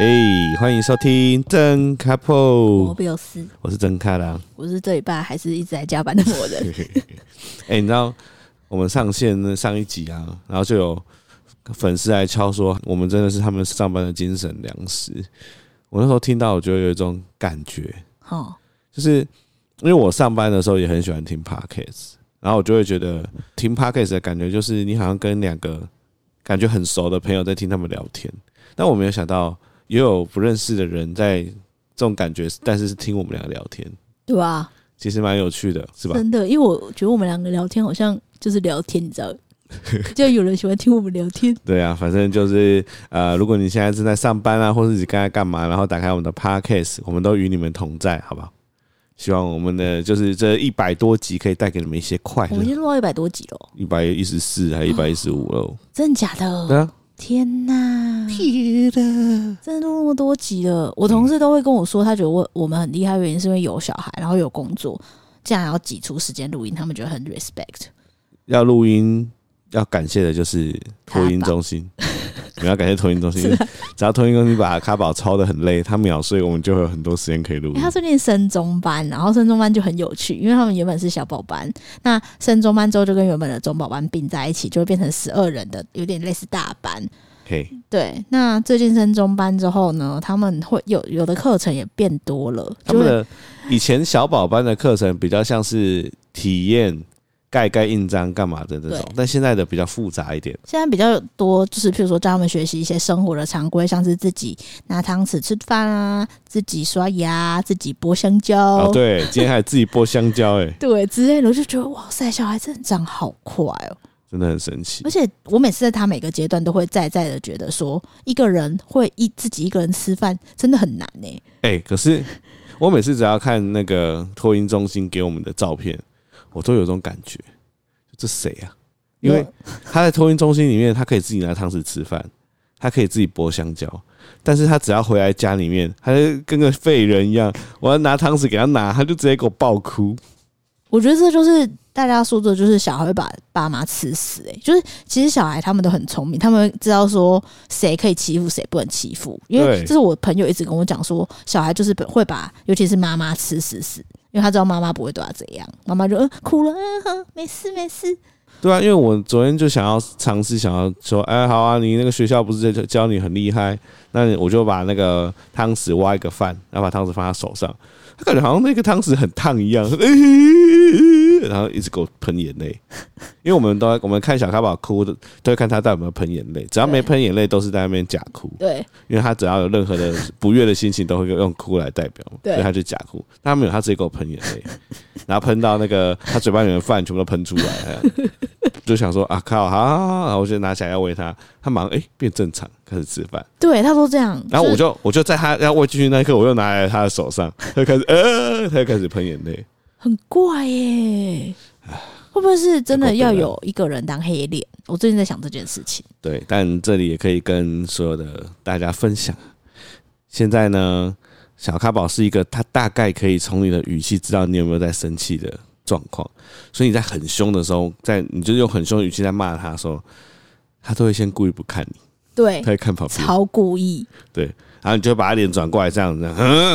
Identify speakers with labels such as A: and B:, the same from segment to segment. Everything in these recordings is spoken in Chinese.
A: 哎、欢迎收听真卡
B: 我
A: e
B: 没有撕，
A: 我是真卡啦。
B: 我是这一半还是一直在加班的我人。
A: 哎、你知道我们上线那上一集啊，然后就有粉丝来敲说，我们真的是他们上班的精神粮食。我那时候听到，我觉得有一种感觉，
B: 哦，
A: 就是因为我上班的时候也很喜欢听 podcast，然后我就会觉得听 podcast 的感觉就是你好像跟两个感觉很熟的朋友在听他们聊天，但我没有想到也有不认识的人在这种感觉，但是是听我们俩聊天，
B: 对吧？
A: 其实蛮有趣的，是吧？
B: 真的，因为我觉得我们两个聊天好像就是聊天，你知 道，就有人喜欢听我们聊天。
A: 对啊，反正就是呃，如果你现在正在上班啊，或是你刚才干嘛，然后打开我们的 podcast，我们都与你们同在，好不好？希望我们的就是这一百多集可以带给你们一些快
B: 我们已啊
A: 乐，
B: 经录到一百多集了，哦
A: 一百一十四还一百一十五喽。
B: 真的假
A: 对
B: 的？
A: 啊，
B: 天哪！真的录那么多集了，我同事都会跟我说，他觉得我我们很厉害，原因是因为有小孩，然后有工作，这样还要挤出时间录音，他们觉得很 respect。
A: 要录音要感谢的就是托音中 心，我们要感谢托音中心，
B: 啊
A: 因为只要托音中心把卡宝抄的很累，他秒睡，我们就会有很多时间可以录
B: 因为
A: 音
B: 哎他。最近升中班，然后升中班就很有趣，因为他们原本是小宝班，那升中班之后就跟原本的中宝班并在一起，就会变成十二人的，有点类似大班。
A: 嘿，
B: 对，那最近升中班之后呢，他们会有有的课程也变多了，
A: 他
B: 就
A: 们
B: 是
A: 的以前小宝班的课程比较像是体验。盖盖印章干嘛的这种
B: 对，
A: 但现在的比较复杂一点。
B: 现在比较多，就是譬如说教他们学习一些生活的常规，像是自己拿汤匙吃饭啊，自己刷牙，自己剥香蕉，
A: 哦，对，今天还自己剥香蕉、哎，
B: 对之类的，我就觉得哇塞，小孩真的长好快哦。
A: 真的很神奇
B: 而。且我每次在他每个阶段都会再再的觉得说，一个人会一自己一个人吃饭真的很难欸呢、
A: 哎、可是我每次只要看那个托音中心给我们的照片，我都有种感觉，这谁啊？因为 他在托运中心里面，他可以自己拿汤匙吃饭，他可以自己剥香蕉，但是他只要回来家里面，他就跟个废人一样，我要拿汤匙给他拿，他就直接给我爆哭。
B: 我觉得这就是大家说的，就是小孩会把爸妈吃死、欸。就是其实小孩他们都很聪明，他们知道说谁可以欺负谁不能欺负。因为
A: 对
B: 这是我朋友一直跟我讲说，小孩就是会把，尤其是妈妈吃死死，因为他知道妈妈不会对他怎样，妈妈就、嗯、哭了，嗯哼，没事没事。
A: 对啊，因为我昨天就想要尝试，想要说，哎，好啊，你那个学校不是在教你很厉害，那我就把那个汤匙挖一个饭，然后把汤匙放他手上，他感觉好像那个汤匙很烫一样，然后一直给我喷眼泪，因为我们都在我们看小咖宝哭的，都会看他到底有没有喷眼泪，只要没喷眼泪，都是在那边假哭，
B: 对，
A: 因为他只要有任何的不悦的心情，都会用哭来代表，
B: 对
A: 所以他就假哭，但他没有，他直接给我喷眼泪，然后喷到那个他嘴巴里面的饭全部都喷出来，哎就想说啊靠，好好，好然后我就拿起来要喂他，他马上哎、变正常，开始吃饭，
B: 对，他说这样，
A: 然后我
B: 就是
A: 就我就在他要喂进去那一刻，我又拿在他的手上，他就开始呃，他就开始喷眼泪，
B: 很怪耶、会不会是真的要有一个人当黑脸？我最近在想这件事情。
A: 对，但这里也可以跟所有的大家分享。现在呢，小咖宝是一个他大概可以从你的语气知道你有没有在生气的状况，所以你在很凶的时候，在你就用很凶的语气在骂他的时候，他都会先故意不看你，
B: 对
A: 他，会看旁边，
B: 超故意。
A: 然后你就把他脸转过来这样子，嗯，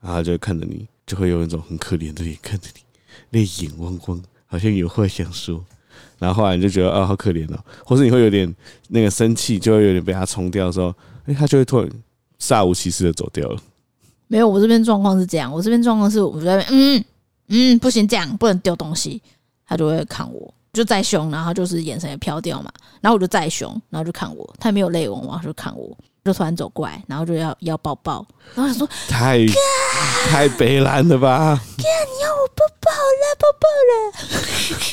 A: 然后他就会看着你，就会有一种很可怜的脸看着你，泪眼汪汪，好像有话想说。然后后来你就觉得啊、好可怜哦，或是你会有点那个生气，就会有点被他冲掉的时候，哎，他就会突然煞无其事的走掉了。
B: 没有，我这边状况是这样，我这边状况是我在那边嗯嗯不行，这样不能丢东西，他就会看我，就再凶，然后就是眼神也飘掉嘛，然后我就再凶，然后就看我，他也没有泪汪汪，他就看我，就突然走过来，然后就要要抱抱，然后想说
A: 太太悲惨了吧！
B: 我不抱了，不抱了。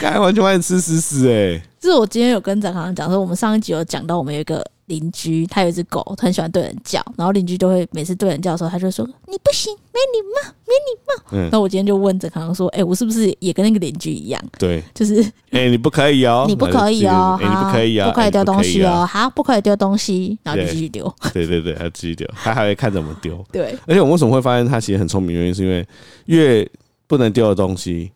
A: 该完全把你吃死死哎、
B: 就是我今天有跟展康讲说，我们上一集有讲到，我们有一个邻居，他有一只狗，它很喜欢对人叫，然后邻居就会每次对人叫的时候，他就说你不行，没礼貌，没礼
A: 嗯
B: 貌。那、我今天就问展康说，哎、我是不是也跟那个邻居一样，
A: 对，
B: 就是
A: 哎、你不可以哦，
B: 你不可以哦，
A: 哎、你不可以哦，
B: 好不可
A: 哎
B: 以
A: 你
B: 丢
A: 不
B: 东
A: 可以
B: 西哦，好，不可以丢东西，然后就
A: 对
B: 继续丢，
A: 哦。对对对，他继续丢，他还会看着我们丢。
B: 对
A: 而且我们为什么会发现他其实很聪明？原因是因为越不能丢的东西，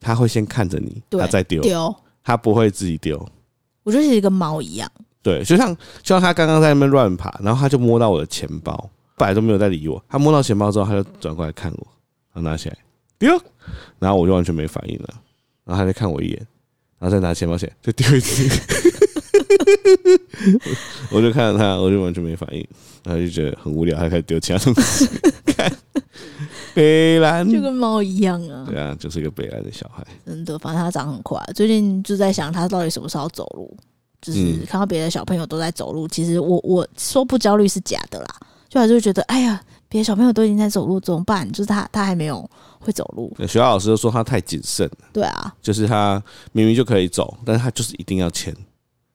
A: 他会先看着你，
B: 对
A: 他再丢，
B: 丢。
A: 他不会自己丢。
B: 我就是一个猫一样，
A: 对，就像就像他刚刚在那边乱爬，然后他就摸到我的钱包，本来都没有在理我，他摸到钱包之后，他就转过来看我，然后拿起来丢，然后我就完全没反应了，然后他就看我一眼，然后再拿钱包起来再丢一次， 我我就看着他，我就完全没反应，然后就觉得很无聊，他开始丢其他东西， 看北兰，
B: 就跟猫一样啊，
A: 对啊，就是一个北兰的小孩，
B: 真的，反正它长很快。啊最近就在想，它到底什么时候走路？就是
A: 嗯
B: 看到别的小朋友都在走路，其实我我说不焦虑是假的啦，就还是会觉得，哎呀，别的小朋友都已经在走路，怎么办？就是他他还没有会走路，
A: 对学校老师就说他太谨慎。
B: 对啊，
A: 就是他明明就可以走，但是他就是一定要签。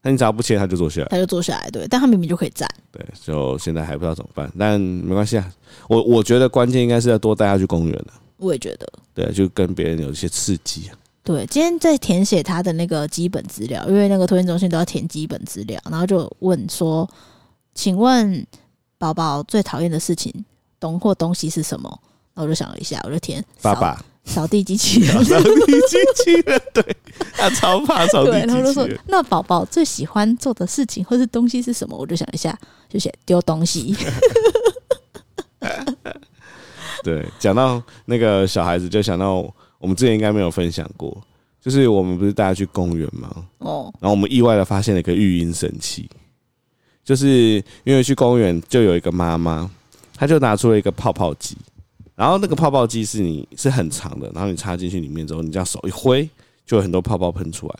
A: 那你只要不签，他就坐下来。
B: 他就坐下来，对，但他明明就可以站，
A: 对，就现在还不知道怎么办，但没关系啊。我我觉得关键应该是要多带他去公园了、
B: 我也觉得。
A: 对，就跟别人有一些刺激、啊。
B: 对，今天在填写他的那个基本资料，因为那个托运中心都要填基本资料，然后就问说：“请问宝宝最讨厌的事情东或东西是什么？”然后我就想了一下，我就填
A: 爸
B: 扫
A: 爸，
B: 扫地 机器人
A: 扫。地机器人，对他超怕扫
B: 对
A: 地，
B: 然后就
A: 机器
B: 说
A: 人。：“
B: 那宝宝最喜欢做的事情或是东西是什么？”我就想一下，就写丢 东西。
A: 对，讲到那个小孩子，就想到我们之前应该没有分享过，就是我们不是带他去公园吗？
B: 哦，
A: 然后我们意外的发现了一个育婴神器，就是因为去公园就有一个妈妈，她就拿出了一个泡泡机，然后那个泡泡机是你是很长的，然后你插进去里面之后，你这样手一挥，就有很多泡泡喷出来，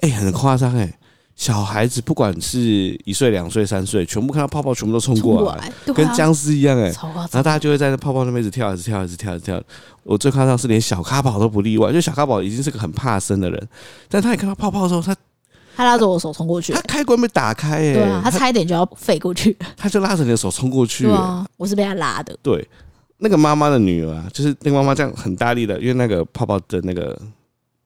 A: 哎、很夸张哎！小孩子不管是一岁、两岁、三岁，全部看到泡泡，全部都冲
B: 冲
A: 过
B: 过
A: 来，
B: 来，对啊
A: 跟僵尸一样哎、
B: 超夸
A: 然后
B: 张，
A: 大家就会在那泡泡那边一直跳，一直跳，一直跳，一直跳。我最夸张是连小咖宝都不例外，就小咖宝已经是个很怕生的人，但他一看到泡泡之后，他
B: 他拉着我手冲过去
A: 他，开关被打开耶、
B: 对啊，他
A: 他
B: 差一点就要飞过去，
A: 他就拉着你的手冲过去、
B: 对
A: 耶
B: 啊，我是被他拉的，
A: 对，那个妈妈的女儿啊，就是那个妈妈这样很大力的，因为那个泡泡的那个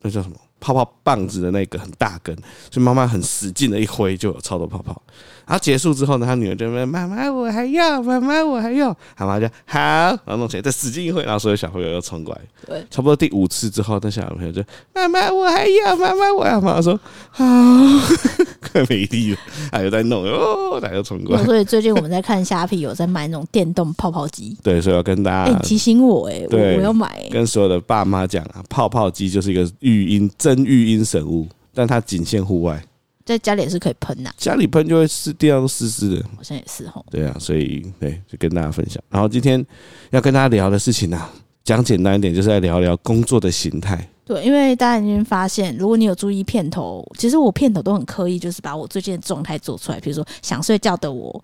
A: 那叫什么泡泡棒子的那个很大根，所以妈妈很使劲的一挥就有超多泡泡。然后结束之后呢，她女儿就在那边妈妈我还要，妈妈我还要，她妈就好，然后弄起来再使劲一挥，然后所有小朋友又冲过来，
B: 对，
A: 差不多第五次之后，那小朋友就妈妈我还要，妈妈我要，妈妈说好， 快没力了，她又在弄，哦，她又冲过来。
B: 所以最近我们在看虾皮有在卖那种电动泡泡 机，
A: 对，所以要跟大
B: 哎、
A: 家
B: 你提醒我哎、我
A: 啊对
B: 我要买、哎
A: 跟所有的爸妈讲啊，泡泡机就是一个育婴真育婴神物，但它仅限户外，
B: 在家里也是可以喷呐、
A: 家里喷就会湿，地上都湿湿的。
B: 好像也是哦吼。
A: 对啊，所以对，就跟大家分享。然后今天要跟大家聊的事情啊，讲简单一点，就是来聊聊工作的形态。
B: 对，因为大家已经发现，如果你有注意片头，其实我片头都很刻意，就是把我最近的状态做出来，比如说想睡觉的我，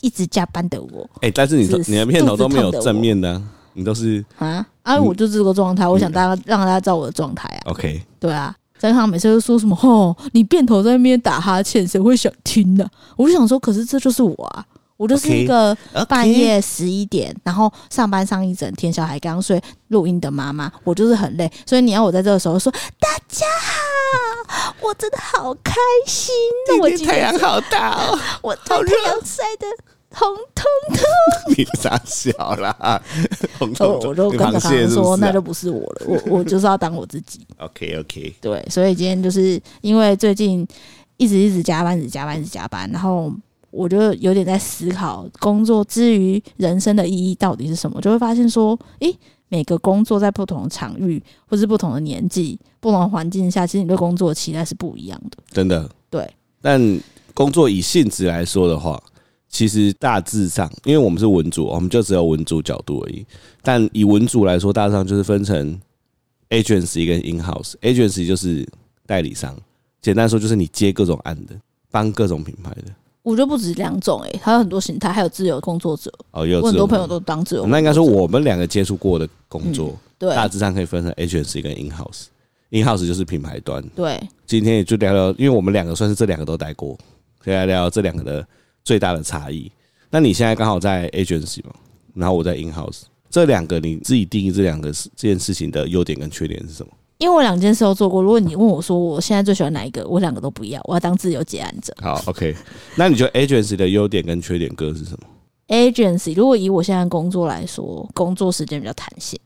B: 一直加班的我
A: 哎、但是你
B: 是
A: 你的片头都没有
B: 肚子痛的我
A: 正面的啊、你都是
B: 啊啊，
A: 嗯
B: 我就是这个状态，我想大家让大家知道我的状态啊，
A: OK，
B: 对啊。张康每次都说什么“哦，你片头在那边打哈欠，谁会想听呢、我就想说，可是这就是我啊，我就是一
A: OK
B: 个半
A: OK
B: 夜十一点，然后上班上一整天，小孩刚睡，录音的妈妈，我就是很累，所以你要我在这个时候说大家好，我真的好开心哦，那我
A: 今
B: 今
A: 天太
B: 天
A: 阳好大哦，
B: 我太
A: 好热
B: 阳晒的红彤彤，
A: 你傻小 啦，红彤
B: 哦我
A: 彤，
B: 我就
A: 你
B: 跟
A: 螃
B: 着
A: 蟹是
B: 刚
A: 不
B: 说，
A: 是、
B: 那
A: 啊
B: 就、不是我了，我我就是要当我自己，
A: ？OK OK，
B: 对，所以今天就是因为最近一直一直加班，一直加班，一直加班，然后我就有点在思考工作之余人生的意义到底是什么，就会发现说，诶、每个工作在不同的场域或是不同的年纪、不同的环境下，其实你对工作的期待是不一样的。
A: 真的。
B: 对，
A: 但工作以性质来说的话，其实大致上，因为我们是文组，哦我们就只有文组角度而已。但以文组来说，大致上就是分成 agency 跟 in house。agency 就是代理商，简单说就是你接各种案的，帮各种品牌的。
B: 我觉得不止两种、诶，还有很多形态，还有自由工作者，
A: 哦，也有
B: 我很
A: 这
B: 多朋
A: 种嗯
B: 友都当自由工作者。
A: 那应该说我们两个接触过的工作，
B: 对
A: 大致上可以分成 agency 跟 in house。in house 就是品牌端，
B: 对
A: 今天也就聊聊，因为我们两个算是这两个都待过，所以来聊聊这两个的最大的差异。那你现在刚好在 agency 嘛，然后我在 in house，这两个你自己定义这两个事这件事情的优点跟缺点是什么？
B: 因为我两件事都做过，如果你问我说我现在最喜欢哪一个，我两个都不要，我要当自由结案者。
A: 好，OK，那你觉得 agency 的优点跟缺点各是什么？
B: agency，如果以我现在工作来说，工作时间比较弹性，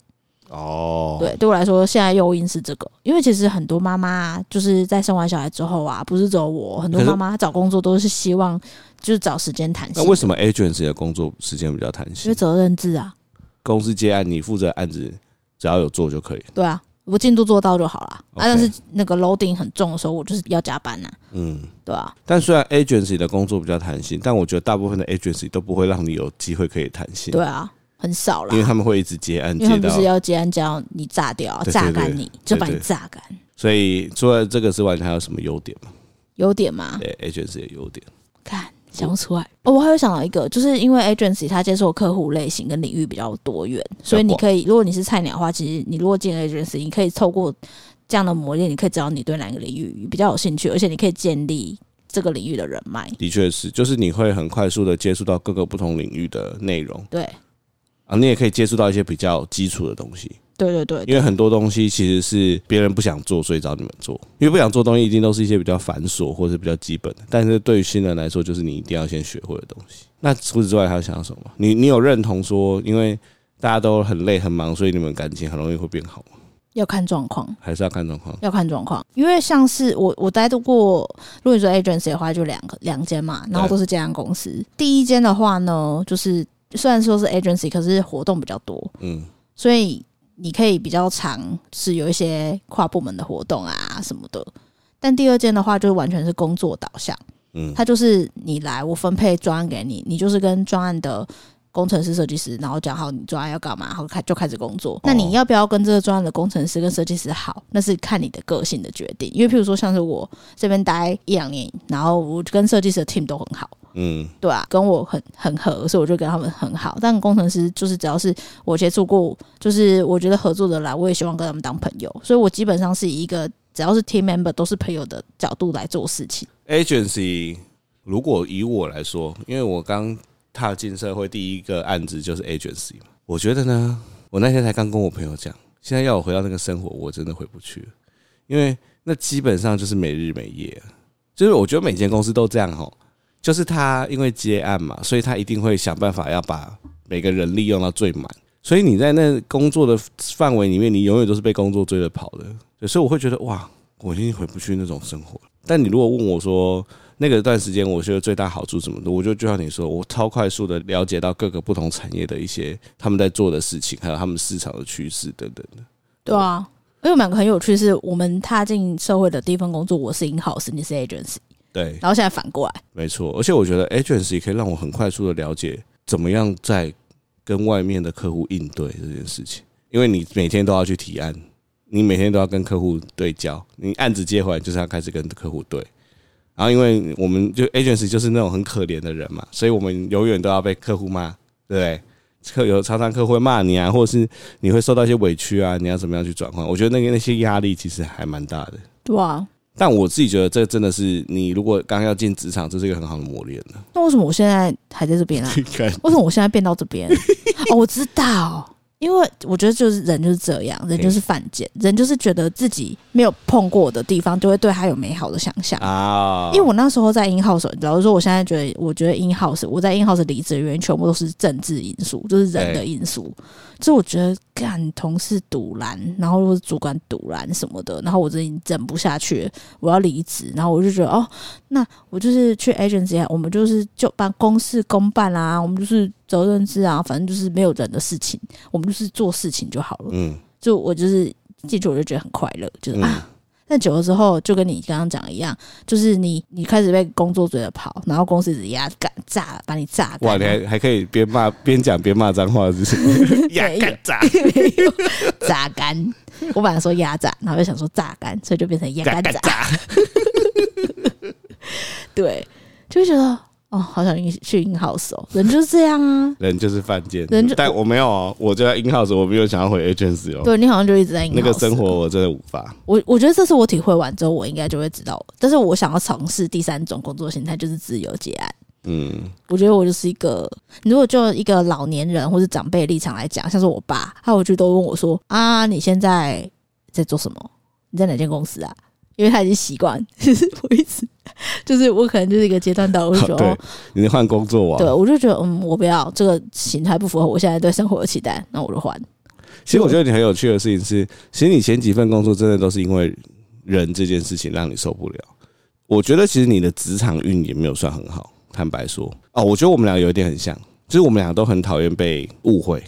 A: 哦，
B: 对，对我来说，现在诱因是这个，因为其实很多妈妈啊就是在生完小孩之后啊，不是只有我，很多
A: 可是
B: 妈妈找工作都是希望就是找时间谈
A: 那
B: 性，
A: 为什么 agency 的工作时间比较弹
B: 因为
A: 性？
B: 责任制啊，
A: 公司接案，你负责案子，只要有做就可以。
B: 对啊，我进度做到就好了。啊，
A: OK
B: 但是那个 loading 很重的时候，我就是要加班呐、
A: 嗯，
B: 对啊，
A: 但虽然 agency 的工作比较弹性，但我觉得大部分的 agency 都不会让你有机会可以弹性，
B: 对啊，很少啦
A: 因为，他们会一直接案
B: 因为他
A: 接
B: 们不
A: 到。
B: 是要接案接到你炸掉啊，
A: 对对
B: 榨
A: 对
B: 干你，就把你
A: 对对
B: 榨干，
A: 所以除了这个之外，你还有什么优点吗？
B: 有点吗？
A: 对 agency 的优点，
B: 看想不出来哦，我还有想到一个，就是因为 agency 它接受客户类型跟领域比较多元，所以你可以，如果你是菜鸟的话，其实你如果进 agency，你可以透过这样的磨练，你可以知道你对哪个领域比较有兴趣，而且你可以建立这个领域的人脉。
A: 的确是，就是你会很快速的接触到各个不同领域的内容
B: 对，
A: 啊，你也可以接触到一些比较基础的东西，
B: 对对对，
A: 因为很多东西其实是别人不想做，所以找你们做。因为不想做的东西，一定都是一些比较繁琐或者比较基本的，但是对于新人来说，就是你一定要先学会的东西。那除此之外，还有想到什么？你你有认同说，因为大家都很累很忙，所以你们感情很容易会变好吗？
B: 要看状况。
A: 还是要看状况？
B: 要看状况，因为像是我我待过，如果你说 agency 的话，就两个两间嘛，然后都是这样公司。第一间的话呢，就是虽然说是 agency，可是活动比较多，
A: 嗯，
B: 所以你可以比较常是有一些跨部门的活动啊什么的。但第二间的话，就是完全是工作导向，
A: 嗯
B: 它就是你来，我分配专案给你，你就是跟专案的工程师、设计师，然后讲好你专案要干嘛，然后开就开始工作。那你要不要跟这个专案的工程师跟设计师好，那是看你的个性的决定。因为譬如说，像是我这边待一两年，然后我跟设计师的 team 都很好，
A: 嗯，
B: 对啊，跟我很很合，所以我就跟他们很好。但工程师就是只要是我接触过，就是我觉得合作的来，我也希望跟他们当朋友，所以我基本上是以一个只要是 team member 都是朋友的角度来做事情。
A: agency，如果以我来说，因为我刚踏进社会，第一个案子就是 agency 嘛。我觉得呢，我那天才刚跟我朋友讲，现在要我回到那个生活，我真的回不去了，因为那基本上就是每日每夜啊，就是我觉得每间公司都这样吼，就是他因为接案嘛，所以他一定会想办法要把每个人利用到最满。所以你在那工作的范围里面，你永远都是被工作追着跑的。对所以我会觉得哇，我已经回不去那种生活了。但你如果问我说那个段时间我觉得最大好处是什么的，我就就像你说，我超快速的了解到各个不同产业的一些他们在做的事情，还有他们市场的趋势等等的。
B: 对啊，因为我们两个很有趣，是我们踏进社会的第一份工作，我是 in house，你是 agency，
A: 对，
B: 然后现在反过来，
A: 没错。而且我觉得 agency 可以让我很快速的了解怎么样在跟外面的客户应对这件事情，因为你每天都要去提案，你每天都要跟客户对焦，你案子接回来就是要开始跟客户对。然后，因为我们就 agency 就是那种很可怜的人嘛，所以我们永远都要被客户骂，对不对？客有常常客户会骂你啊，或者是你会受到一些委屈啊，你要怎么样去转换？我觉得那个那些压力其实还蛮大的。
B: 对啊。
A: 但我自己觉得这真的是你如果刚要进职场，这是一个很好的磨练啊 的。
B: 那为什么我现在还在这边啊？
A: 看
B: 为什么我现在变到这边？哦，我知道，因为我觉得就是人就是这样，人就是犯贱，人就是觉得自己没有碰过的地方，就会对他有美好的想象。
A: 啊，
B: 因为我那时候在 in house，老实说，我现在觉得，我觉得 in house，我在 in house 离职的原因全部都是政治因素，就是人的因素。就是我觉得干同事堵拦，然后或是主管堵拦什么的，然后我真的忍不下去了，我要离职，然后我就觉得哦，那我就是去 agency，啊我们就是就办公事公办啦、啊我们就是责任制啊，反正就是没有人的事情，我们就是做事情就好了。
A: 嗯
B: 就我就是进去我就觉得很快乐，就是、
A: 嗯
B: 啊。但久了之后，就跟你刚刚讲的一样，就是你你开始被工作追着跑，然后公司一直压干炸，把你炸
A: 哇，
B: 干。
A: 你还还可以边骂边讲边骂脏话，是不是？ 呀
B: 对
A: 干 炸，
B: 没有榨干。我本来说压榨，然后又想说榨干，所以就变成压
A: 干干
B: 干榨。
A: 炸，
B: 对，就会觉得哦，好想去 in house 哦，人就是这样啊。
A: 人就是犯贱
B: 人就。
A: 但我没有哦，我就在 in house，我没有想要回 agency 哦。
B: 对你好像就一直在 in house
A: 那个生活，我真的无法。
B: 我我觉得这次我体会完之后，我应该就会知道。但是我想要尝试第三种工作形态，就是自由结案。
A: 嗯，
B: 我觉得我就是一个，你如果就一个老年人或是长辈的立场来讲，像是我爸，他回去都问我说：“啊，你现在在做什么？你在哪间公司啊？”因为他已经习惯， 就是我一直，就是我可能就是一个阶段到，我就觉得，
A: 对
B: 哦，
A: 你换工作
B: 对
A: 网，
B: 我就觉得，嗯，我不要这个形态不符合我现在对生活的期待，那我就换。
A: 其实我觉得你很有趣的事情是，其实你前几份工作真的都是因为人这件事情让你受不了。我觉得其实你的职场运也没有算很好，坦白说哦，我觉得我们俩有一点很像，就是我们俩都很讨厌被误会。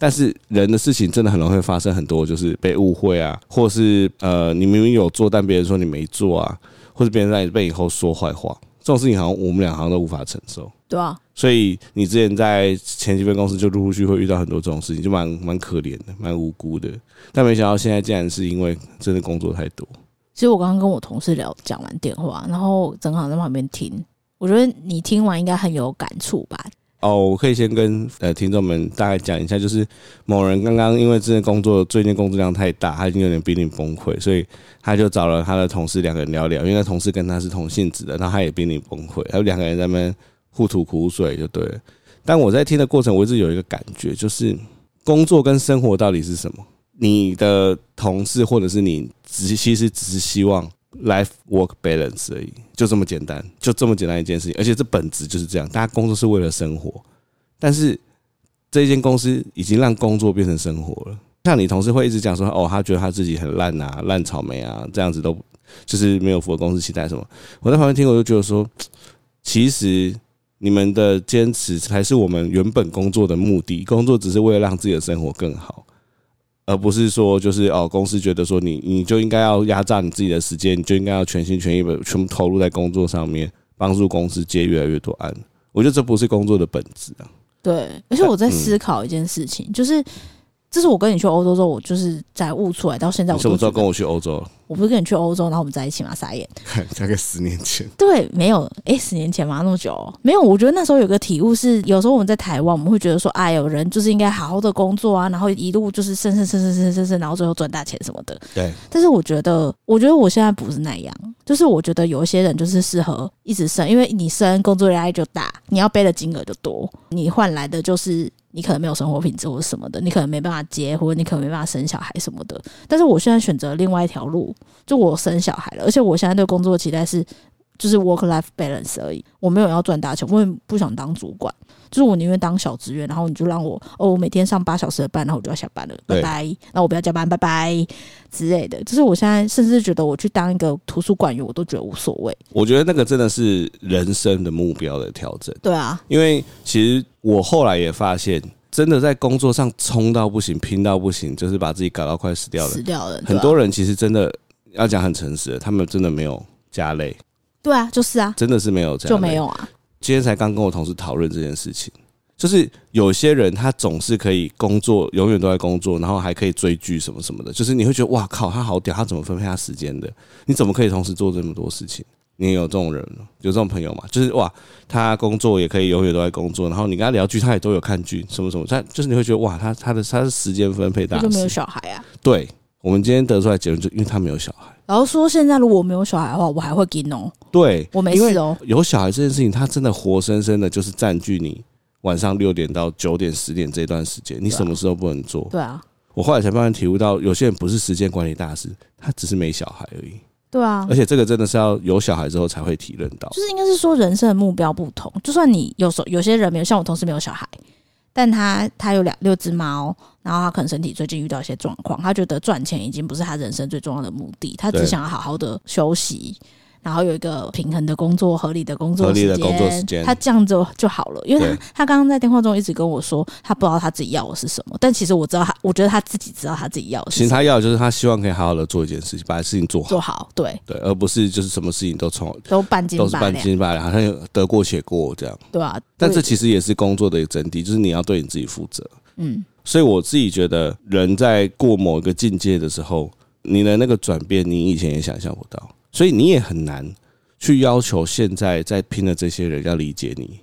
A: 但是人的事情真的很容易会发生很多，就是被误会啊，或是呃，你明明有做，但别人说你没做啊，或是别人在你背以后说坏话，这种事情好像我们俩好像都无法承受。
B: 对啊，
A: 所以你之前在前几份公司就陆陆续续会遇到很多这种事情，就蛮蛮可怜的，蛮无辜的。但没想到现在竟然是因为真的工作太多，
B: 其实我刚刚跟我同事聊讲完电话，然后正好在旁边听，我觉得你听完应该很有感触吧？
A: 哦，我可以先跟呃听众们大概讲一下，就是某人刚刚因为之前工作最近工作量太大，他已经有点濒临崩溃，所以他就找了他的同事两个人聊聊，因为那同事跟他是同性质的，然后他也濒临崩溃，还有两个人在那边互吐苦水就对了。但我在听的过程，我一直有一个感觉，就是工作跟生活到底是什么？你的同事或者是你只其实只是希望 life work balance 而已，就这么简单，就这么简单一件事情。而且这本质就是这样，大家工作是为了生活，但是这间公司已经让工作变成生活了。像你同事会一直讲说，哦，他觉得他自己很烂啊，烂草莓啊，这样子都就是没有符合公司期待什么。我在旁边听，我就觉得说，其实你们的坚持才是我们原本工作的目的，工作只是为了让自己的生活更好。而不是说就是哦，公司觉得说你你就应该要压榨你自己的时间，你就应该要全心全意的全部投入在工作上面，帮助公司接越来越多案。我觉得这不是工作的本质啊。
B: 对，而且我在
A: 嗯
B: 思考一件事情，就是这是我跟你去欧洲之后，我就是在悟出来到现在
A: 你
B: 我
A: 什
B: 都
A: 么时候
B: 觉得
A: 跟我去欧 洲？
B: 我不是跟你去欧洲，然后我们在一起嘛，傻眼。
A: 大概十年前。
B: 对，没有，诶，十年前吗？那么久哦、没有。我觉得那时候有个体悟是，有时候我们在台湾，我们会觉得说，哎呦，人就是应该好好的工作啊，然后一路就是升升升升升升升，然后最后赚大钱什么的。
A: 对，
B: 但是我觉得，我觉得我现在不是那样，就是我觉得有一些人就是适合一直升，因为你升工作压力就大，你要背的金额就多，你换来的就是你可能没有生活品质或者什么的，你可能没办法结婚，你可能没办法生小孩什么的。但是我现在选择另外一条路，就我生小孩了，而且我现在对工作的期待是。就是 work life balance 而已，我没有要赚大钱，我也不想当主管，就是我宁愿当小职员，然后你就让我哦，我每天上八小时的班，然后我就要下班了，拜
A: 对
B: 拜，那我不要加班，拜拜，之类的。就是我现在甚至觉得我去当一个图书馆员，我都觉得无所谓。
A: 我觉得那个真的是人生的目标的调整。
B: 对啊，
A: 因为其实我后来也发现，真的在工作上冲到不行、拼到不行，就是把自己搞到快死掉了
B: 死。掉了，对
A: 很
B: 啊
A: 多人其实真的要讲很诚实的，他们真的没有加累，
B: 对啊，就是啊，
A: 真的是没有加累，
B: 就没有啊，
A: 今天才刚跟我同事讨论这件事情，就是有些人他总是可以工作，永远都在工作，然后还可以追剧什么什么的，就是你会觉得哇靠，他好屌，他怎么分配他时间的？你怎么可以同时做这么多事情？你也有这种人吗，有这种朋友吗？就是哇，他工作也可以永远都在工作，然后你跟他聊剧，他也都有看剧，什么什么，他就是你会觉得哇，他他的他的时间分配大
B: 他就没有
A: 师。
B: 小孩啊。
A: 对我们今天得出来结论，就因为他没有小孩。
B: 然后说现在如果我没有小孩的话，我还会给哦，
A: 对，
B: 我没
A: 因为
B: 事哦。
A: 有小孩这件事情，它真的活生生的就是占据你晚上六点到九点、十点这段时间，你
B: 对啊
A: 什么事都不能做。
B: 对啊，
A: 我后来才慢慢体悟到，有些人不是时间管理大师，他只是没小孩而已。
B: 对啊
A: 而，且这个真的是要有小孩之后才会体认到
B: 就。是应该是说人生的目标不同。就算你有时候有些人没有，像我同事没有小孩，但他他有两六只猫，然后他可能身体最近遇到一些状况，他觉得赚钱已经不是他人生最重要的目的，他只
A: 对
B: 想要好好的休息。然后有一个平衡的工作，合理的工作
A: 合理的
B: 时间
A: 工作时间
B: 他这样就就好了。因为
A: 对
B: 他他刚刚在电话中一直跟我说，他不知道他自己要的是什么，但其实我知道他，我觉得他自己知道他自己要的
A: 其
B: 是
A: 实
B: 什么
A: 他要的就是他希望可以好好的做一件事情，把事情做好，
B: 做好，对，
A: 对，而不是就是什么事情都从
B: 都半斤
A: 都是
B: 八
A: 半
B: 两，
A: 斤八两，好像有得过且过这样。
B: 对啊。
A: 但这
B: 对
A: 其实也是工作的真谛，就是你要对你自己负责。
B: 嗯，
A: 所以我自己觉得，人在过某一个境界的时候，你的那个转变，你以前也想象不到，所以你也很难去要求现在在拼的这些人要理解你，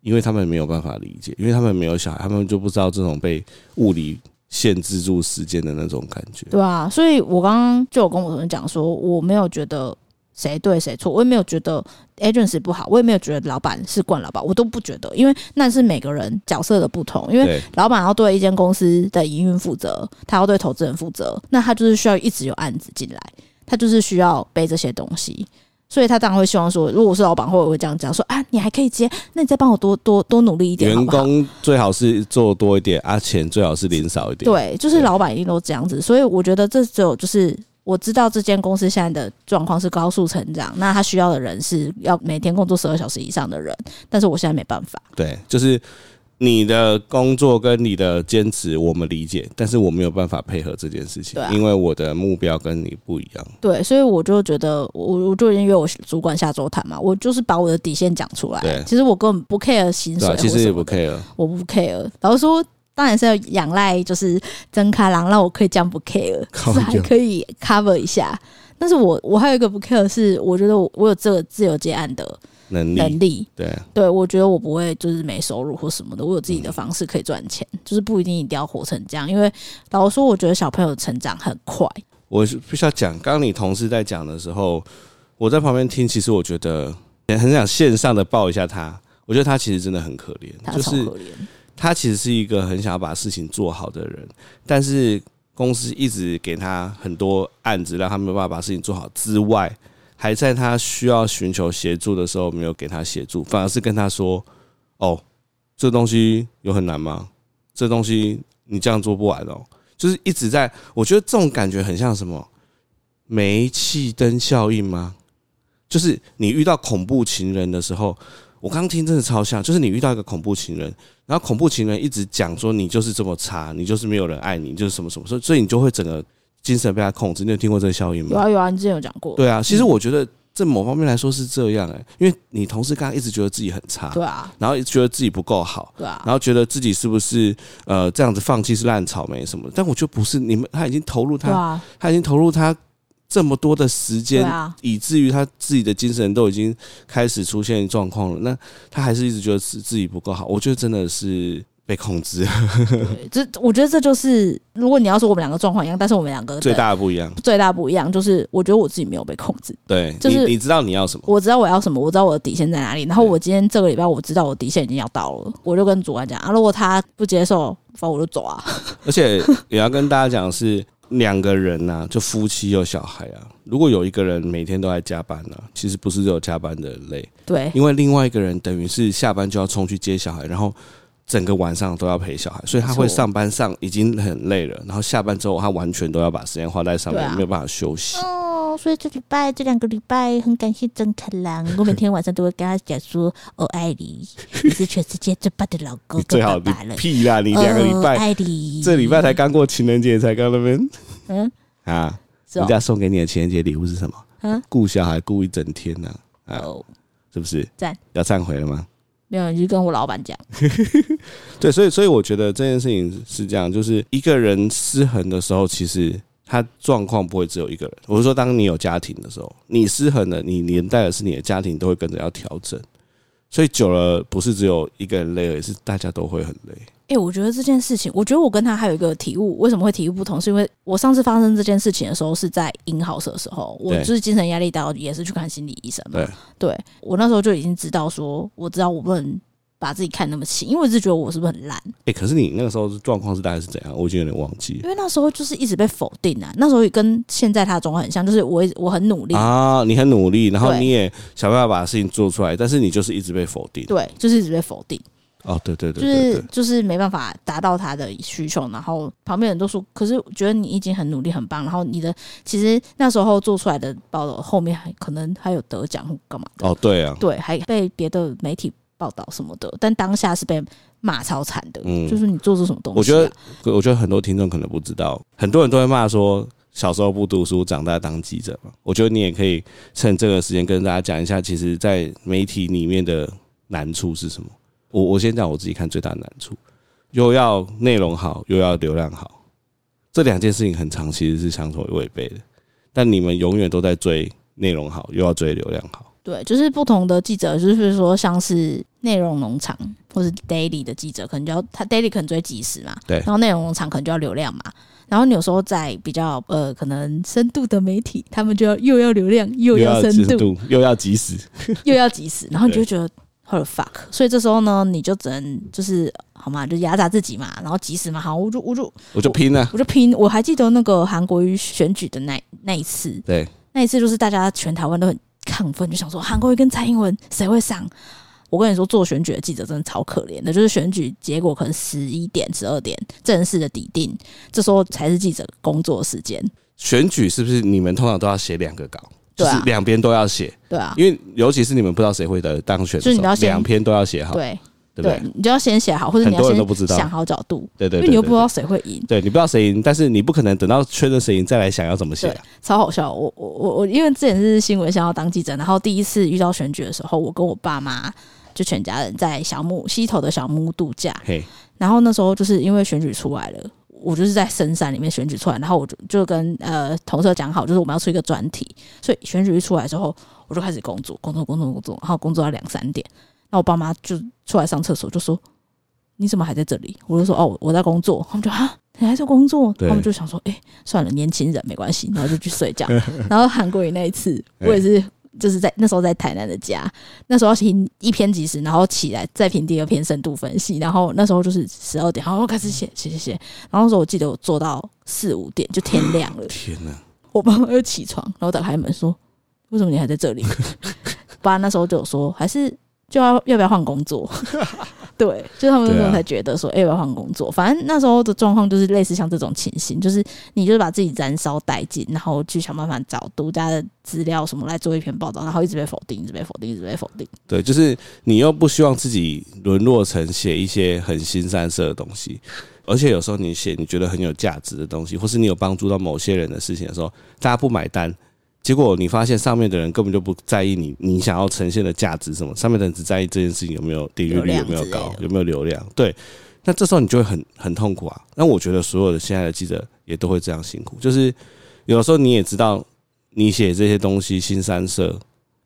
A: 因为他们没有办法理解，因为他们没有小孩，他们就不知道这种被物理限制住时间的那种感觉。
B: 对啊，所以我刚刚就有跟我同事讲说，我没有觉得谁对谁错，我也没有觉得 agency 不好，我也没有觉得老板是惯老板，我都不觉得，因为那是每个人角色的不同，因为
A: 对
B: 老板要对一间公司的营运负责，他要对投资人负责，那他就是需要一直有案子进来，他就是需要背这些东西。所以他当然会希望说，如果我是老板，会我会这样讲说啊，你还可以接，那你再帮我多多多努力一点好
A: 员
B: 不好？
A: 工最好是做多一点，啊，钱最好是零少一点。，
B: 对，就是老板一定都这样子，所以我觉得这只有就是我知道这间公司现在的状况是高速成长，那他需要的人是要每天工作十二小时以上的人，但是我现在没办法。
A: 对，就是你的工作跟你的兼职，我们理解，但是我没有办法配合这件事情，
B: 对啊
A: 因为我的目标跟你不一样。
B: 对，所以我就觉得，我我就已经约我主管下周谈嘛，我就是把我的底线讲出
A: 对
B: 来。其实我根本不 care 薪
A: 对、
B: 水
A: 啊，
B: 或
A: 其实
B: 什
A: 也
B: 么
A: 不
B: 的，
A: care。
B: 我不 care。然后说，当然是要仰赖就是真开朗，让我可以这样不 care，
A: 靠
B: 是还
A: 腰
B: 可以 cover 一下。但是我我还有一个不 care 是，我觉得我我有这个自由接案的
A: 能力
B: 能力，
A: 对啊，
B: 对我觉得我不会就是没收入或什么的，我有自己
A: 嗯
B: 的方式可以赚钱，就是不一定一定要活成这样。因为老实说，我觉得小朋友成长很快，
A: 我是必须要讲，刚刚你同事在讲的时候，我在旁边听，其实我觉得也很想线上的抱一下他。我觉得他其实真的很可
B: 他
A: 怜，就
B: 超
A: 是嗯
B: 可怜。
A: 他其实是一个很想要把事情做好的人，但是公司一直给他很多案子，让他没有办法把事情做好之外，还在他需要寻求协助的时候没有给他协助，反而是跟他说：“哦，这东西有很难吗？这东西你这样做不完哦。”就是一直在，我觉得这种感觉很像什么煤气灯效应吗？就是你遇到恐怖情人的时候，我刚听真的超像，就是你遇到一个恐怖情人，然后恐怖情人一直讲说你就是这么差，你就是没有人爱你，你就是什么什么，所以所以你就会整个精神被他控制。你有听过这个效应吗？
B: 有啊有啊，你之前有讲过。
A: 对啊，其实我觉得这某方面来说是这样哎、因为你同事刚刚一直觉得自己很差，
B: 对啊，
A: 然后一直觉得自己不够好，
B: 对啊，
A: 然后觉得自己是不是呃这样子放弃是烂草莓什么的，但我觉得不是，你们他已经投入
B: 对
A: 他，
B: 啊，
A: 他已经投入他这么多的时
B: 对
A: 间，
B: 啊，
A: 以至于他自己的精神都已经开始出现状况了，那他还是一直觉得自自己不够好，我觉得真的是被控制
B: 啊对，这我觉得这就是，如果你要说我们两个状况一样，但是我们两个的
A: 最大的不一样，
B: 最大不一样就是，我觉得我自己没有被控制，
A: 对，
B: 就是
A: 你你知道你要什么，
B: 我知道我要什么，我知道我的底线在哪里，然后
A: 对
B: 我今天这个礼拜我知道我底线已经要到了，我就跟主管讲啊，如果他不接受，反正我就走啊，
A: 而且也要跟大家讲的是。两个人呐、就夫妻有小孩啊。如果有一个人每天都在加班呢、其实不是只有加班的人累，
B: 对
A: 因为另外一个人等于是下班就要冲去接小孩，然后整个晚上都要陪小孩，所以他会
B: 没错
A: 上班上已经很累了，然后下班之后他完全都要把时间花在上面，
B: 对啊
A: 没有办法休息。
B: 哦，所以这礼拜这两个礼拜很感谢曾可郎，我每天晚上都会跟他讲说， 哦，爱你，你是全世界最棒的老公
A: 你最好你屁啦！你两个礼拜，
B: 哦爱你
A: 这礼拜才刚过情人节，才刚那边
B: 嗯
A: 啊，
B: 是
A: 人
B: 哦
A: 家送给你的情人节礼物是什么？
B: 嗯
A: 顾小孩顾一整天呢、啊
B: 哦，
A: 是不是？
B: 赞
A: 要忏悔了吗？
B: 没有，你就跟我老板讲，
A: 对，所以所以我觉得这件事情是这样，就是一个人失衡的时候，其实他状况不会只有一个人。我是说，当你有家庭的时候，你失衡了，你连带的是你的家庭都会跟着要调整。所以久了，不是只有一个人累而已，是大家都会很累。
B: 哎、我觉得这件事情，我觉得我跟他还有一个体悟，为什么会体悟不同？是因为我上次发生这件事情的时候是在 in house 的时候，我
A: 对
B: 就是精神压力大，也是去看心理医生嘛。
A: 对
B: 对我那时候就已经知道说，我知道我不能把自己看那么轻，因为我一直觉得我是不是很烂，
A: 哎、可是你那个时候是状况是大概是怎样？我已经有点忘记
B: 因为那时候就是一直被否定啊。那时候也跟现在他的状况很像，就是我一直我很努力，
A: 了啊。你很努力，然后
B: 对
A: 你也想办法把事情做出来，但是你就是一直被否定。
B: 对，就是一直被否定。
A: 哦，对对对
B: 就
A: 对
B: 是
A: 对，
B: 就是没办法达到他的需求，然后旁边人都说，可是我觉得你已经很努力很棒，然后你的其实那时候做出来的报道后面还可能还有得奖或干嘛的，
A: 哦对啊，
B: 对，还被别的媒体报道什么的，但当下是被骂超惨的，
A: 嗯
B: 就是你做出什么东西、啊，
A: 我觉得我觉得很多听众可能不知道，很多人都会骂说小时候不读书，长大当记者嘛。我觉得你也可以趁这个时间跟大家讲一下，其实，在媒体里面的难处是什么。我我先讲我自己看最大的难处，又要内容好，又要流量好，这两件事情很长其实是相同违背的。但你们永远都在追内容好，又要追流量好。
B: 对，就是不同的记者，就是说像是内容农场或是 daily 的记者，可能就要他 daily 可能追即时嘛，
A: 对
B: 然后内容农场可能就要流量嘛，然后你有时候在比较呃可能深度的媒体，他们就要又要流量又要深
A: 及
B: 度
A: 度，又要及时，
B: 又要即时，然后你就会觉得 what the fuck，所以这时候呢，你就只能就是好嘛，就压榨自己嘛，然后即时嘛，好，我就我就
A: 我就拼啊了。
B: 我就拼，我还记得那个韩国瑜选举的那那一次，
A: 对，
B: 那一次就是大家全台湾都很亢奋，就想说韩国瑜跟蔡英文谁会上？我跟你说，做选举的记者真的超可怜的，就是选举结果可能十一点、十二点正式的抵定，这时候才是记者工作时间。
A: 选举是不是你们通常都要写两个稿？就
B: 对啊
A: 是两边都要写，
B: 对啊，
A: 因为尤其是你们不知道谁会得当选的时候，
B: 就是你要先
A: 两篇都要写好，
B: 对
A: 对不对？
B: 你就要先写好，或者你
A: 很
B: 要
A: 多人都不知道
B: 先想好角度，
A: 对对对，
B: 因为你又不知
A: 对
B: 道谁会赢。
A: 对你不知道谁赢，但是你不可能等到确认谁赢再来想要怎么写、啊
B: 对，超好笑。我我我我，因为之前是新闻想要当记者，然后第一次遇到选举的时候，我跟我爸妈就全家人在小木溪头的小木屋度假，
A: 嘿，
B: 然后那时候就是因为选举出来了，我就是在深山里面选举出来，然后我就就跟呃同事讲好，就是我们要出一个专题，所以选举一出来之后，我就开始工作，工作，工作，工作，然后工作到两三点，那我爸妈就出来上厕所，就说你怎么还在这里？我就说哦，我在工作，他们就啊。你还在工作？
A: 对，
B: 他们就想说，哎、算了，年轻人没关系，然后就去睡觉。 然后韩国瑜那一次，我也是，就是在那时候在台南的家，那时候要评一篇即时，然后起来再评第二篇深度分析，然后那时候就是十二点，然后我开始写写写写，然后那时候我记得我做到四五点就天亮了
A: 天哪！
B: 我爸妈又起床，然后打开门说：“为什么你还在这里？” 爸那时候就有说，还是就要要不要换工作？ 对，就他们那时
A: 对啊
B: 候才觉得说，哎、要不要换工作？反正那时候的状况就是类似像这种情形，就是你就是把自己燃烧殆尽，然后去想办法找独家的资料什么来做一篇报道，然后一直被否定，一直被否定，一直被否定。
A: 对，就是你又不希望自己沦落成写一些很新三色的东西，而且有时候你写你觉得很有价值的东西，或是你有帮助到某些人的事情的时候，大家不买单，结果你发现上面的人根本就不在意你你想要呈现的价值什么，上面的人只在意这件事情有没有订阅率
B: 流
A: 有
B: 量
A: 没有
B: 之类
A: 高
B: 的
A: 有没有流量，对。那这时候你就会很很痛苦啊！那我觉得所有的现在的记者也都会这样辛苦，就是有时候你也知道，你写这些东西新三色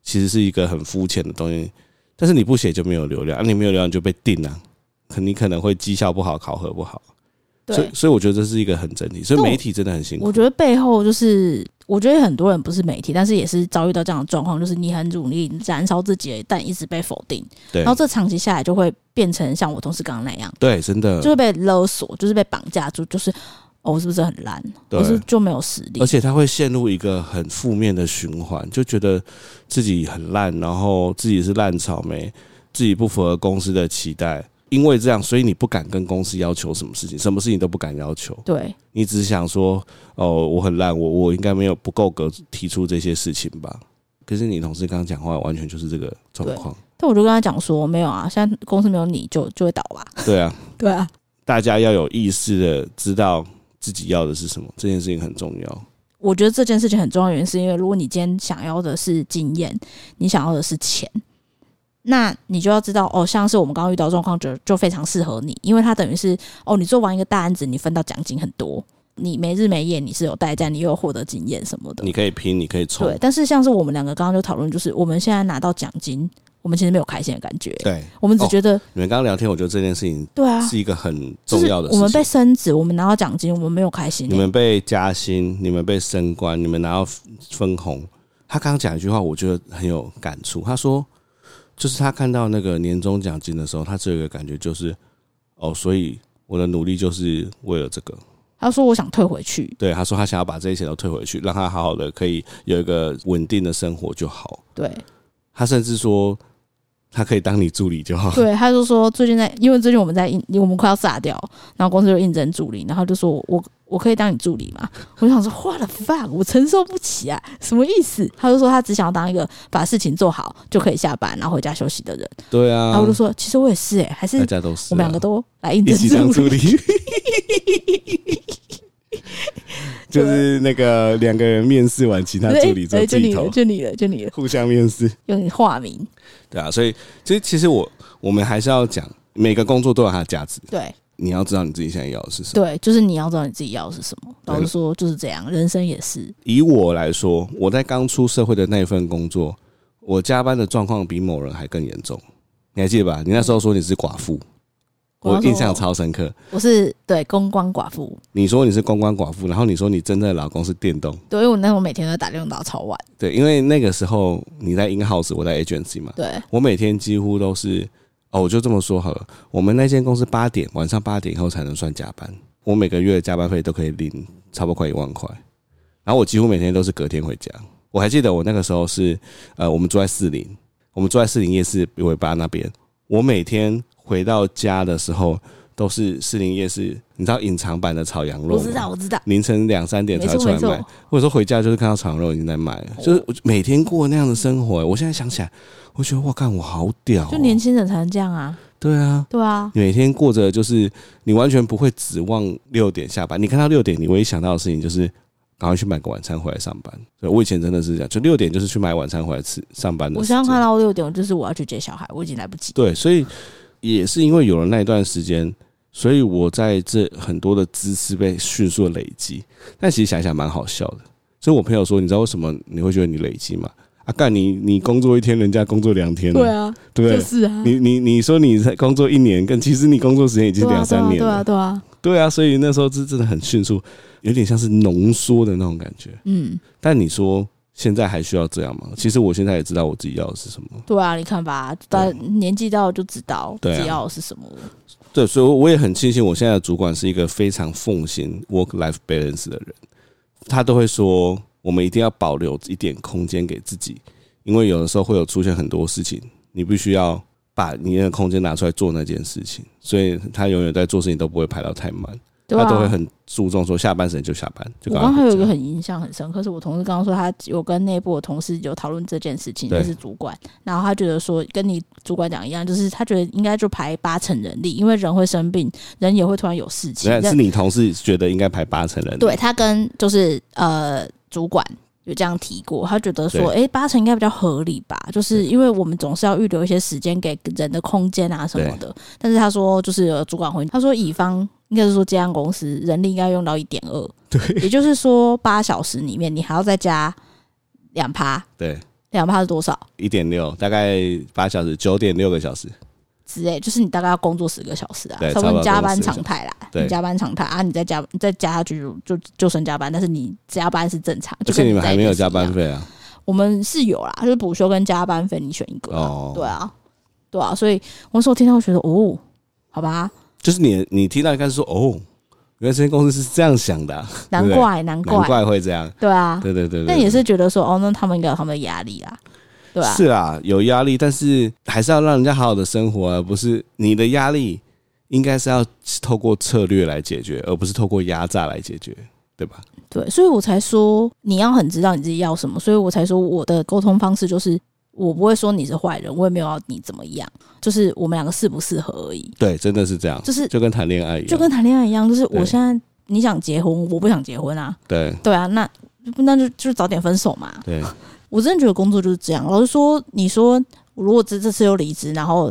A: 其实是一个很肤浅的东西，但是你不写就没有流量，啊、你没有流量就被定啊，可你可能会绩效不好，考核不好，所以所以我觉得这是一个很整体，所以
B: 但我
A: 媒体真的很辛苦
B: 我。觉得背后就是，我觉得很多人不是媒体，但是也是遭遇到这样的状况，就是你很努力燃烧自己，但一直被否定，
A: 对
B: 然后这长期下来就会变成像我同事刚刚那样，
A: 对，真的
B: 就，会被勒索，就是被绑架住，就是哦，我是不是很烂？
A: 对
B: 我是不是就没有实力
A: 而。且他会陷入一个很负面的循环，就觉得自己很烂，然后自己是烂草莓，自己不符合公司的期待，因为这样，所以你不敢跟公司要求什么事情，什么事情都不敢要求。
B: 对，
A: 你只想说，哦，我很烂，我我应该没有不够格提出这些事情吧？可是你同事刚刚讲话，完全就是这个状况。
B: 但我就跟他讲说，没有啊，现在公司没有你就就会倒 吧。
A: 对啊，
B: 对啊，
A: 大家要有意识的知道自己要的是什么，这件事情很重要。
B: 我觉得这件事情很重要的原因，是因为如果你今天想要的是经验，你想要的是钱，那你就要知道哦，像是我们刚刚遇到的状况，就就非常适合你，因为它等于是哦，你做完一个大案子，你分到奖金很多，你没日没夜你是有代价，你又有获得经验什么的
A: 你。可以拼，你可以冲
B: 对，，但是像是我们两个刚刚就讨论，就是我们现在拿到奖金，我们其实没有开心的感觉，
A: 对。
B: 我们只
A: 哦
B: 觉得、
A: 你们刚刚聊天，我觉得这件事情
B: 对啊，
A: 是一个很
B: 就
A: 重
B: 是
A: 要的事
B: 我
A: 情。
B: 们被升职，我们拿到奖金，我们没有开心、
A: 你们被加薪，你们被升官，你们拿到分红。他刚刚讲一句话，我觉得很有感触。他说，就是他看到那个年终奖金的时候，他只有一个感觉就是，哦，所以我的努力就是为了这个。
B: 他说我想退回去，
A: 对，他说他想要把这些钱都退回去，让他好好的可以有一个稳定的生活就好。
B: 对。
A: 他甚至说，他可以当你助理就好。
B: 对，他就说最近在，因为最近我们在应，我们快要炸掉，然后公司就应征助理，然后就说我我我可以当你助理嘛？我就想说，what the fuck，我承受不起啊，什么意思？他就说他只想要当一个把事情做好就可以下班，然后回家休息的人。
A: 对
B: 然
A: 啊
B: 后我，就说，其实我也是诶、还是
A: 大家都是、啊，
B: 我们两个都 来应
A: 一起当
B: 征助
A: 助
B: 理。
A: 理，就是那个两个人面试完，其他助理
B: 对，
A: 做
B: 哎就
A: 自己
B: 你
A: 头
B: 了，，就你了，就你了，
A: 互相面试。
B: 用你化名。
A: 对啊，所以其实其实我我们还是要讲，每个工作都有它的价值，
B: 对
A: 你要知道你自己现在要的是什么。
B: 对，就是你要知道你自己要的是什么。
A: 对
B: 老实说，就是这样，人生也是。
A: 以我来说，我在刚出社会的那份工作，我加班的状况比某人还更严重。你还记得吧？你那时候说你是寡妇，我
B: 要说
A: 印象，超深刻。
B: 我是对公关寡妇。
A: 你说你是公关寡妇，然后你说你真正的老公是电动。
B: 对，因为我那时候每天都打电话到超晚。
A: 对，因为那个时候你在 in house，我在 agency 嘛，
B: 对，
A: 我每天几乎都是，哦，我就这么说好了。我们那间公司八点晚上八点以后才能算加班，我每个月的加班费都可以领差不多快一万块，然后我几乎每天都是隔天回家，我还记得我那个时候是，呃，我们住在士林，我们住在士林夜市尾巴那边。我每天回到家的时候，都是士林夜市，你知道隐藏版的炒羊肉
B: 我
A: 吗？
B: 知道，我知道，
A: 凌晨两三点
B: 没
A: 才
B: 错
A: 出来
B: 没错
A: 卖，，或者说回家就是看到炒羊肉已经在卖了，
B: 哦
A: 就是我就每天过那样的生活、我现在想起来，我觉得哇，干我好屌、哦
B: 就年，轻人才能这样啊，
A: 对啊，
B: 对啊，
A: 每天过着就是你完全不会指望六点下班，你看到六点，你唯一想到的事情就是赶快去买个晚餐回来上班。对我以前真的是这样，就六点就是去买晚餐回来吃上班的
B: 我
A: 时
B: 现
A: 间。
B: 在看啊到六点，我就是我要去接小孩，我已经来不及。
A: 对，所以也是因为有了那一段时间，所以我在这很多的知识被迅速地累积。但其实想一想蛮好笑的，所以我朋友说，你知道为什么你会觉得你累积吗？啊，干你你工作一天，人家工作两天了，
B: 啊，
A: 对不对？
B: 是啊
A: 你你你说你才工作一年，跟其实你工作时间已经两三年
B: 对
A: 了
B: 啊，，对啊，
A: 对啊，所以那时候是真的很迅速，有点像是浓缩的那种感觉。
B: 嗯，
A: 但你说现在还需要这样吗？其实我现在也知道我自己要的是什么。
B: 对啊，你看吧，但年纪到了就知道
A: 嗯对啊
B: 自己要的是什么了。
A: 对，所以我也很庆幸，我现在的主管是一个非常奉行 work life balance 的人，他都会说，我们一定要保留一点空间给自己，因为有的时候会有出现很多事情，你必须要把你的空间拿出来做那件事情，所以他永远在做事情都不会排到太满，
B: 对啊，
A: 他都会很注重说下班时间就下班，就
B: 我
A: 赶
B: 刚
A: 快
B: 还
A: 回
B: 有一个
A: 家
B: 很印象很深刻，是我同事刚刚说他有跟内部的同事有讨论这件事情，
A: 对
B: 就是主管，然后他觉得说跟你主管讲一样，就是他觉得应该就排八成人力，因为人会生病，人也会突然有事情。
A: 那是
B: 人
A: 你同事觉得应该排八成人，
B: 对，他跟就是呃主管。有这样提过，他觉得说，诶，八成应该比较合理吧，就是因为我们总是要预留一些时间给人的空间啊什么的。但是他说，就是有主管回应，他说乙方应该是说，这样公司人力应该用到一点二，
A: 对
B: 也就是说，八小时里面你还要再加两趴，
A: 对，
B: 两趴是多少
A: 一点六，大概八小时，九点六个小时，
B: 之类？就是你大概要工作十个小时啊，
A: 对
B: 差不多你
A: 差
B: 加
A: 不多工
B: 班
A: 作10个小时
B: 常态啦。
A: 对
B: 你加班常态啊，你再加你再加下去就就就剩加班，但是你加班是正常。
A: 而
B: 就
A: 且
B: 跟
A: 你们
B: 在
A: 还没有
B: 公司
A: 加
B: 一
A: 班
B: 样，
A: 费啊，
B: 我们是有啦，就是补休跟加班费你选一个啊。
A: 哦
B: 对啊，对啊，所以我那时候听到我觉得哦，好吧，
A: 就是你你听到一开始说哦，原来这间公司是这样想的啊、
B: 难
A: 对
B: 怪难怪，
A: 难怪会这样。
B: 对啊，
A: 对对对对，
B: 但也是觉得说哦，那他们应该有他们的压力啦，对啊，
A: 是啊，有压力，但是还是要让人家好好的生活，而不是你的压力应该是要透过策略来解决，而不是透过压榨来解决，对吧？
B: 对，所以我才说你要很知道你自己要什么，所以我才说我的沟通方式就是我不会说你是坏人，我也没有要你怎么样，就是我们两个适不适合而已，
A: 对，真的是这样，
B: 就是
A: 就跟谈恋爱一样，
B: 就跟谈恋爱一样，就是我
A: 对
B: 现在你想结婚，我不想结婚啊，
A: 对
B: 对啊，那那就就早点分手嘛。
A: 对
B: 我真的觉得工作就是这样，老实说，你说如果这这次又离职，然后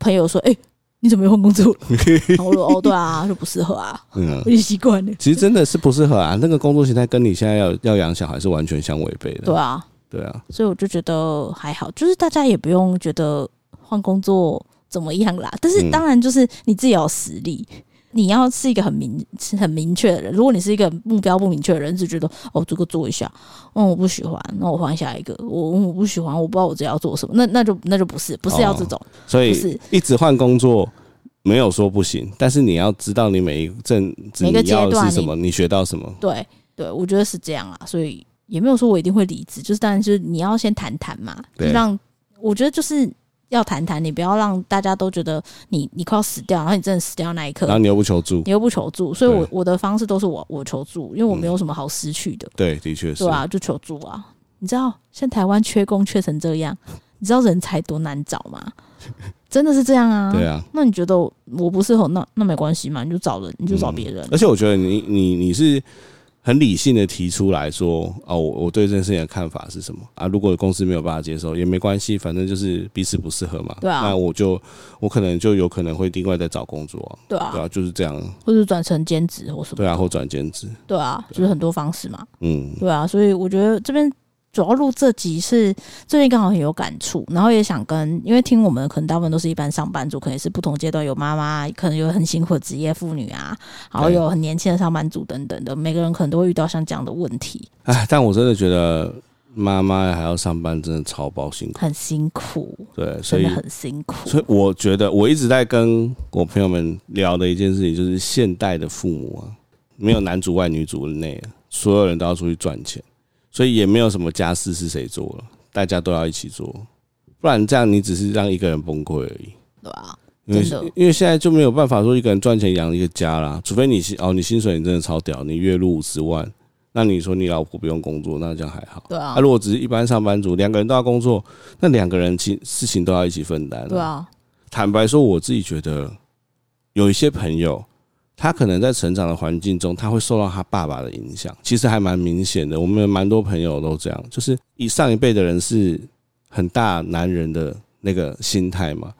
B: 朋友说，哎、你怎么又换工作了？ 然后我说哦，对啊，就不适合啊，
A: 嗯
B: 我。已经习惯了。
A: 其实真的是不适合啊，那个工作形态跟你现在要要养小孩是完全相违背的。
B: 对啊，
A: 对啊，
B: 所以我就觉得还好，就是大家也不用觉得换工作怎么样啦。但是
A: 嗯
B: 当然就是你自己要有实力，你要是一个很明是很明确的人。如果你是一个目标不明确的人，只觉得哦这个做一下，嗯我不喜欢，那我换下一个，我嗯我不喜欢，我不知道我自己要做什么，那那就那就不是不
A: 哦
B: 是要这种，
A: 所
B: 不
A: 以
B: 是
A: 一直换工作没有说不行，但是你要知道你每一阵子
B: 每个
A: 你要
B: 阶
A: 的
B: 段
A: 是什么，你学到什么。
B: 对对，我觉得是这样啦，所以也没有说我一定会离职，就是当然就是你要先谈谈嘛，就
A: 对
B: 让我觉得就是要谈谈，你不要让大家都觉得你你快要死掉，然后你真的死掉那一刻
A: 然后，你又不求助，
B: 你又不求助，所以我
A: 对
B: 我的方式都是我我求助，因为我没有什么好失去的，
A: 对，的确是
B: 对，啊，就求助啊，你知道现在台湾缺工缺成这样，你知道人才多难找 吗？真的是这样啊，
A: 对啊。
B: 那你觉得我不适合，那那没关系嘛，你就找人，你就找
A: 嗯
B: 别 人啊、
A: 而且我觉得你你你是很理性的提出来说，哦，我我对这件事情的看法是什么啊？如果公司没有办法接受也没关系，反正就是彼此不适合嘛。
B: 对啊
A: 那我就我可能就有可能会另外再找工作、
B: 对
A: 啊，
B: 啊，
A: 对啊，就是这样，
B: 或者转成兼职或什么的。
A: 对啊，或转兼职，
B: 对啊，就是很多方式嘛，
A: 嗯，
B: 对啊，所以我觉得这边主要录这集是最近刚好很有感触，然后也想跟，因为听我们可能大部分都是一般上班族，可能也是不同阶段有妈妈，可能有很辛苦的职业妇女啊，然后
A: 对
B: 有很年轻的上班族等等的，每个人可能都会遇到像这样的问题，
A: 哎，但我真的觉得妈妈还要上班，真的超爆辛苦，
B: 很辛苦，
A: 对，所
B: 真
A: 以
B: 的很辛苦，
A: 所以我觉得我一直在跟我朋友们聊的一件事情，就是现代的父母啊，没有男主外女主内啊，所有人都要出去赚钱，所以也没有什么家事是谁做了，大家都要一起做，不然这样你只是让一个人崩溃而已。
B: 对啊吧、
A: 因为
B: 真的
A: 因为现在就没有办法说一个人赚钱养一个家啦，除非你薪哦你薪水你真的超屌，你月入五十万，那你说你老婆不用工作，那这样还好。
B: 对啊
A: 啊，，如果只是一般上班族，两个人都要工作，那两个人其事情都要一起分担。
B: 对，啊，
A: 坦白说，我自己觉得有一些朋友，他可能在成长的环境中，他会受到他爸爸的影响，其实还蛮明显的。我们有蛮多朋友都这样，就是以上一辈的人是很大男人的那个心态嘛。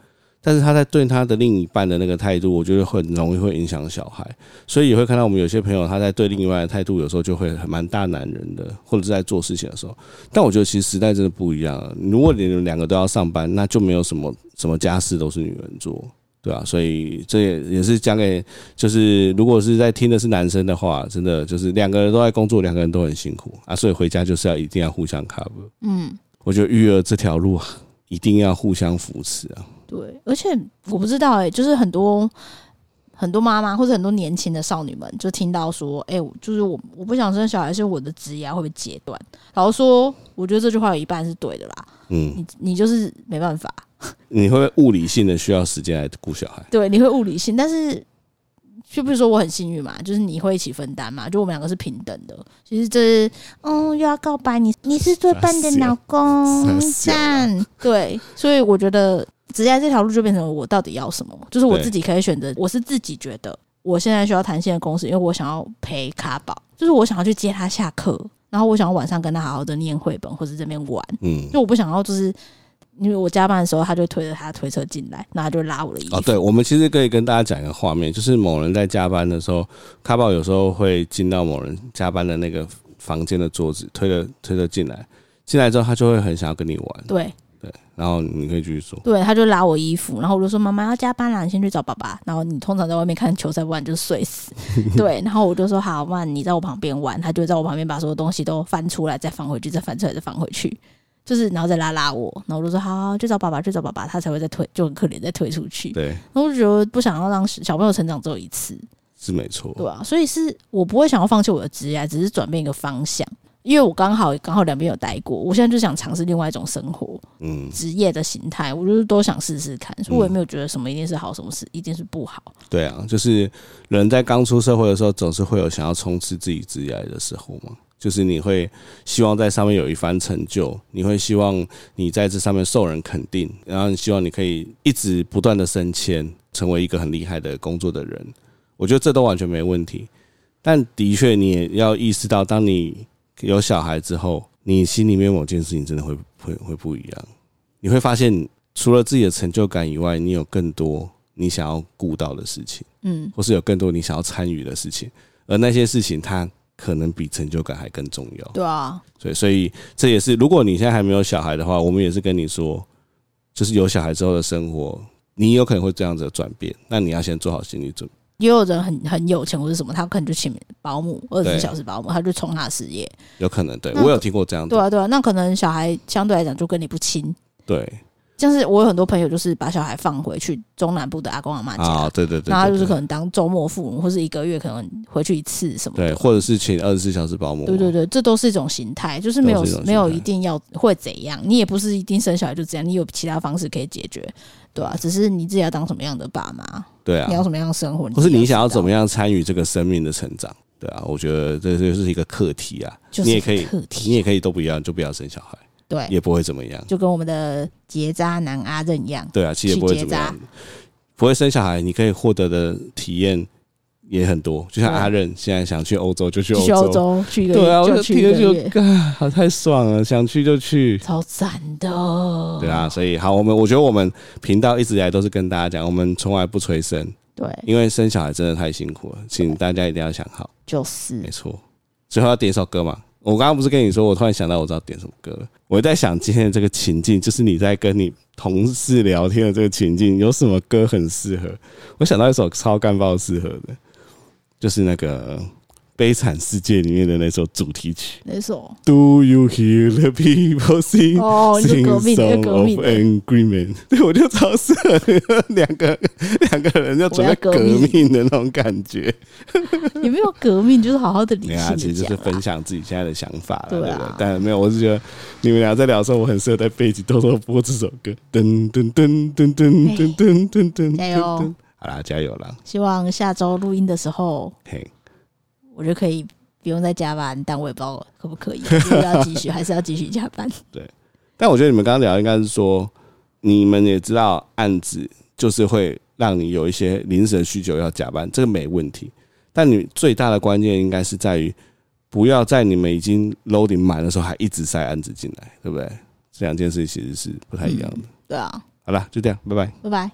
A: 但是他在对他的另一半的那个态度，我觉得很容易会影响小孩，所以也会看到我们有些朋友他在对另一半的态度，有时候就会很蛮大男人的，或者是在做事情的时候，但我觉得其实时代真的不一样了。如果你们两个都要上班，那就没有什么什么家事都是女人做，对啊，所以这也也是讲给就是如果是在听的是男生的话，真的就是两个人都在工作，两个人都很辛苦啊，所以回家就是要一定要互相 cover。
B: 嗯，
A: 我觉得育儿这条路啊，一定要互相扶持啊。
B: 对，而且我不知道哎、就是很多很多妈妈或者很多年轻的少女们，就听到说，哎、我就是我我不想生小孩，是我的职业会被截断。老实说，我觉得这句话有一半是对的啦，
A: 嗯，
B: 你你就是没办法，
A: 你会不会物理性的需要时间来顾小孩？
B: 对，你会物理性，但是就不是说我很幸运嘛，就是你会一起分担嘛，就我们两个是平等的。其实这是，嗯，又要告白你，你是最笨的老公，
A: 傻小
B: 赞。对，所以我觉得职业这条路就变成我到底要什么，就是我
A: 对
B: 自己可以选择，我是自己觉得我现在需要弹性的公司，因为我想要陪卡宝，就是我想要去接他下课，然后我想要晚上跟他好好的念绘本或者这边玩。
A: 嗯，
B: 就我不想要，就是因为我加班的时候，他就推着他的推车进来，然后他就拉我的衣服。
A: 哦，对，我们其实可以跟大家讲一个画面，就是某人在加班的时候，卡宝有时候会进到某人加班的那个房间的桌子，推着推着进来，进来之后他就会很想要跟你玩，
B: 对
A: 然后你可以继续说，
B: 对，他就拉我衣服，然后我就说妈妈要加班啦，你先去找爸爸。然后你通常在外面看球赛，不然就是睡死。对，然后我就说好，不然你在我旁边玩，他就在我旁边把所有东西都翻出来，再放回去，再翻出来，再放回去。就是，然后再拉拉我，然后我就说好好，去找爸爸，去找爸爸，他才会再推，就很可怜再推出去。
A: 对，
B: 然后我就觉得不想要让小朋友成长只有一次，
A: 是没错，
B: 对啊，所以是我不会想要放弃我的职业，只是转变一个方向。因为我刚好刚好两边有待过，我现在就想尝试另外一种生活
A: 嗯，
B: 职业的形态，我就是都想试试看，所以我也没有觉得什么一定是好，什么是一定是不好。
A: 对啊，就是人在刚出社会的时候，总是会有想要冲刺自己职业的时候嘛。就是你会希望在上面有一番成就，你会希望你在这上面受人肯定，然后你希望你可以一直不断的升迁，成为一个很厉害的工作的人。我觉得这都完全没问题。但的确，你也要意识到，当你有小孩之后，你心里面某件事情真的会会会不一样。你会发现，除了自己的成就感以外，你有更多你想要顾到的事情，
B: 嗯，
A: 或是有更多你想要参与的事情，而那些事情它可能比成就感还更重要。
B: 对啊，
A: 所以，所以这也是，如果你现在还没有小孩的话，我们也是跟你说，就是有小孩之后的生活，你有可能会这样子的转变，那你要先做好心理准备。
B: 也有人很很有钱或者什么，他可能就请保姆，二十
A: 对
B: 四小时保姆，他就冲他的事业。
A: 有可能，对
B: 那
A: 我有听过这样
B: 对
A: 子，
B: 啊，对啊，那可能小孩相对来讲就跟你不亲。
A: 对
B: 像是我有很多朋友，就是把小孩放回去中南部的阿公阿妈家，
A: 啊，对对对，
B: 然后他就是
A: 对
B: 可能当周末父母，或是一个月可能回去一次什么的。
A: 对，或者是请二十四小时保姆，
B: 对对对，这都是一种形态，就是没有
A: 都是一种
B: 没有
A: 形态
B: 一定要会怎样，你也不是一定生小孩就这样，你有其他方式可以解决，对啊，只是你自己要当什么样的爸妈，
A: 对啊
B: 你要，什么样的生活，
A: 或是你想要
B: 要
A: 怎么
B: 样，
A: 样参与这个生命的成长，对啊，我觉得这就是一个课题啊，
B: 就是
A: 你也可以
B: 课，
A: 你
B: 题，
A: 也可以都不要，你就不要生小孩，
B: 对，
A: 也不会怎么样，
B: 就跟我们的结扎男阿任一样，
A: 对啊，其实也不会怎么样，不会生小孩，你可以获得的体验也很多，就像
B: 对
A: 阿任现在想去欧洲就去
B: 去
A: 欧
B: 欧，洲去一个
A: 对啊，
B: 月，
A: 我
B: 就
A: 听
B: 去一
A: 了
B: 个
A: 就
B: 月，
A: 干，好太爽了，想去就去，
B: 超赞的，哦
A: 对啊，所以好，我们我觉得我们频道一直以来都是跟大家讲，我们从来不催生，
B: 对，
A: 因为生小孩真的太辛苦了，请大家一定要想好。
B: 就是
A: 没错，最后要点一首歌嘛。我刚刚不是跟你说，我突然想到我知道点什么歌了。我在想今天的这个情境，就是你在跟你同事聊天的这个情境，有什么歌很适合？我想到一首超干爆适合的，就是那个《悲惨世界》里面的那首主题曲。
B: 那首
A: Do you hear the people sing?
B: 哦你就
A: sing
B: 革命的
A: song
B: 就革
A: of
B: 命的
A: agreement，对我就超适合两个两个人要准备
B: 我要
A: 革
B: 革命
A: 命的那种感觉。
B: 也没有革命，就是好好的理
A: 对
B: 性
A: 啊，
B: 的
A: 其实就是分
B: 讲。
A: 享自己现在的想法了，对
B: 对
A: 不
B: 啊
A: 对？但没有，我是觉得你们俩在聊的时候，我很适合在背景偷偷播这首歌，噔噔噔噔噔噔噔噔噔，
B: 加油哦
A: 噔！好啦，加油啦！
B: 希望下周录音的时候，
A: 嘿，
B: 我就可以不用再加班，但我也不知道可不可以，就是要继续 还是要继续加班。
A: 但我觉得你们刚刚聊应该是说，你们也知道案子就是会让你有一些临时的需求要加班，这个没问题。但你最大的关键应该是在于，不要在你们已经 loading 满的时候还一直塞案子进来，对不对？这两件事其实是不太一样的。
B: 对啊，
A: 好了，就这样，拜拜。
B: 拜拜。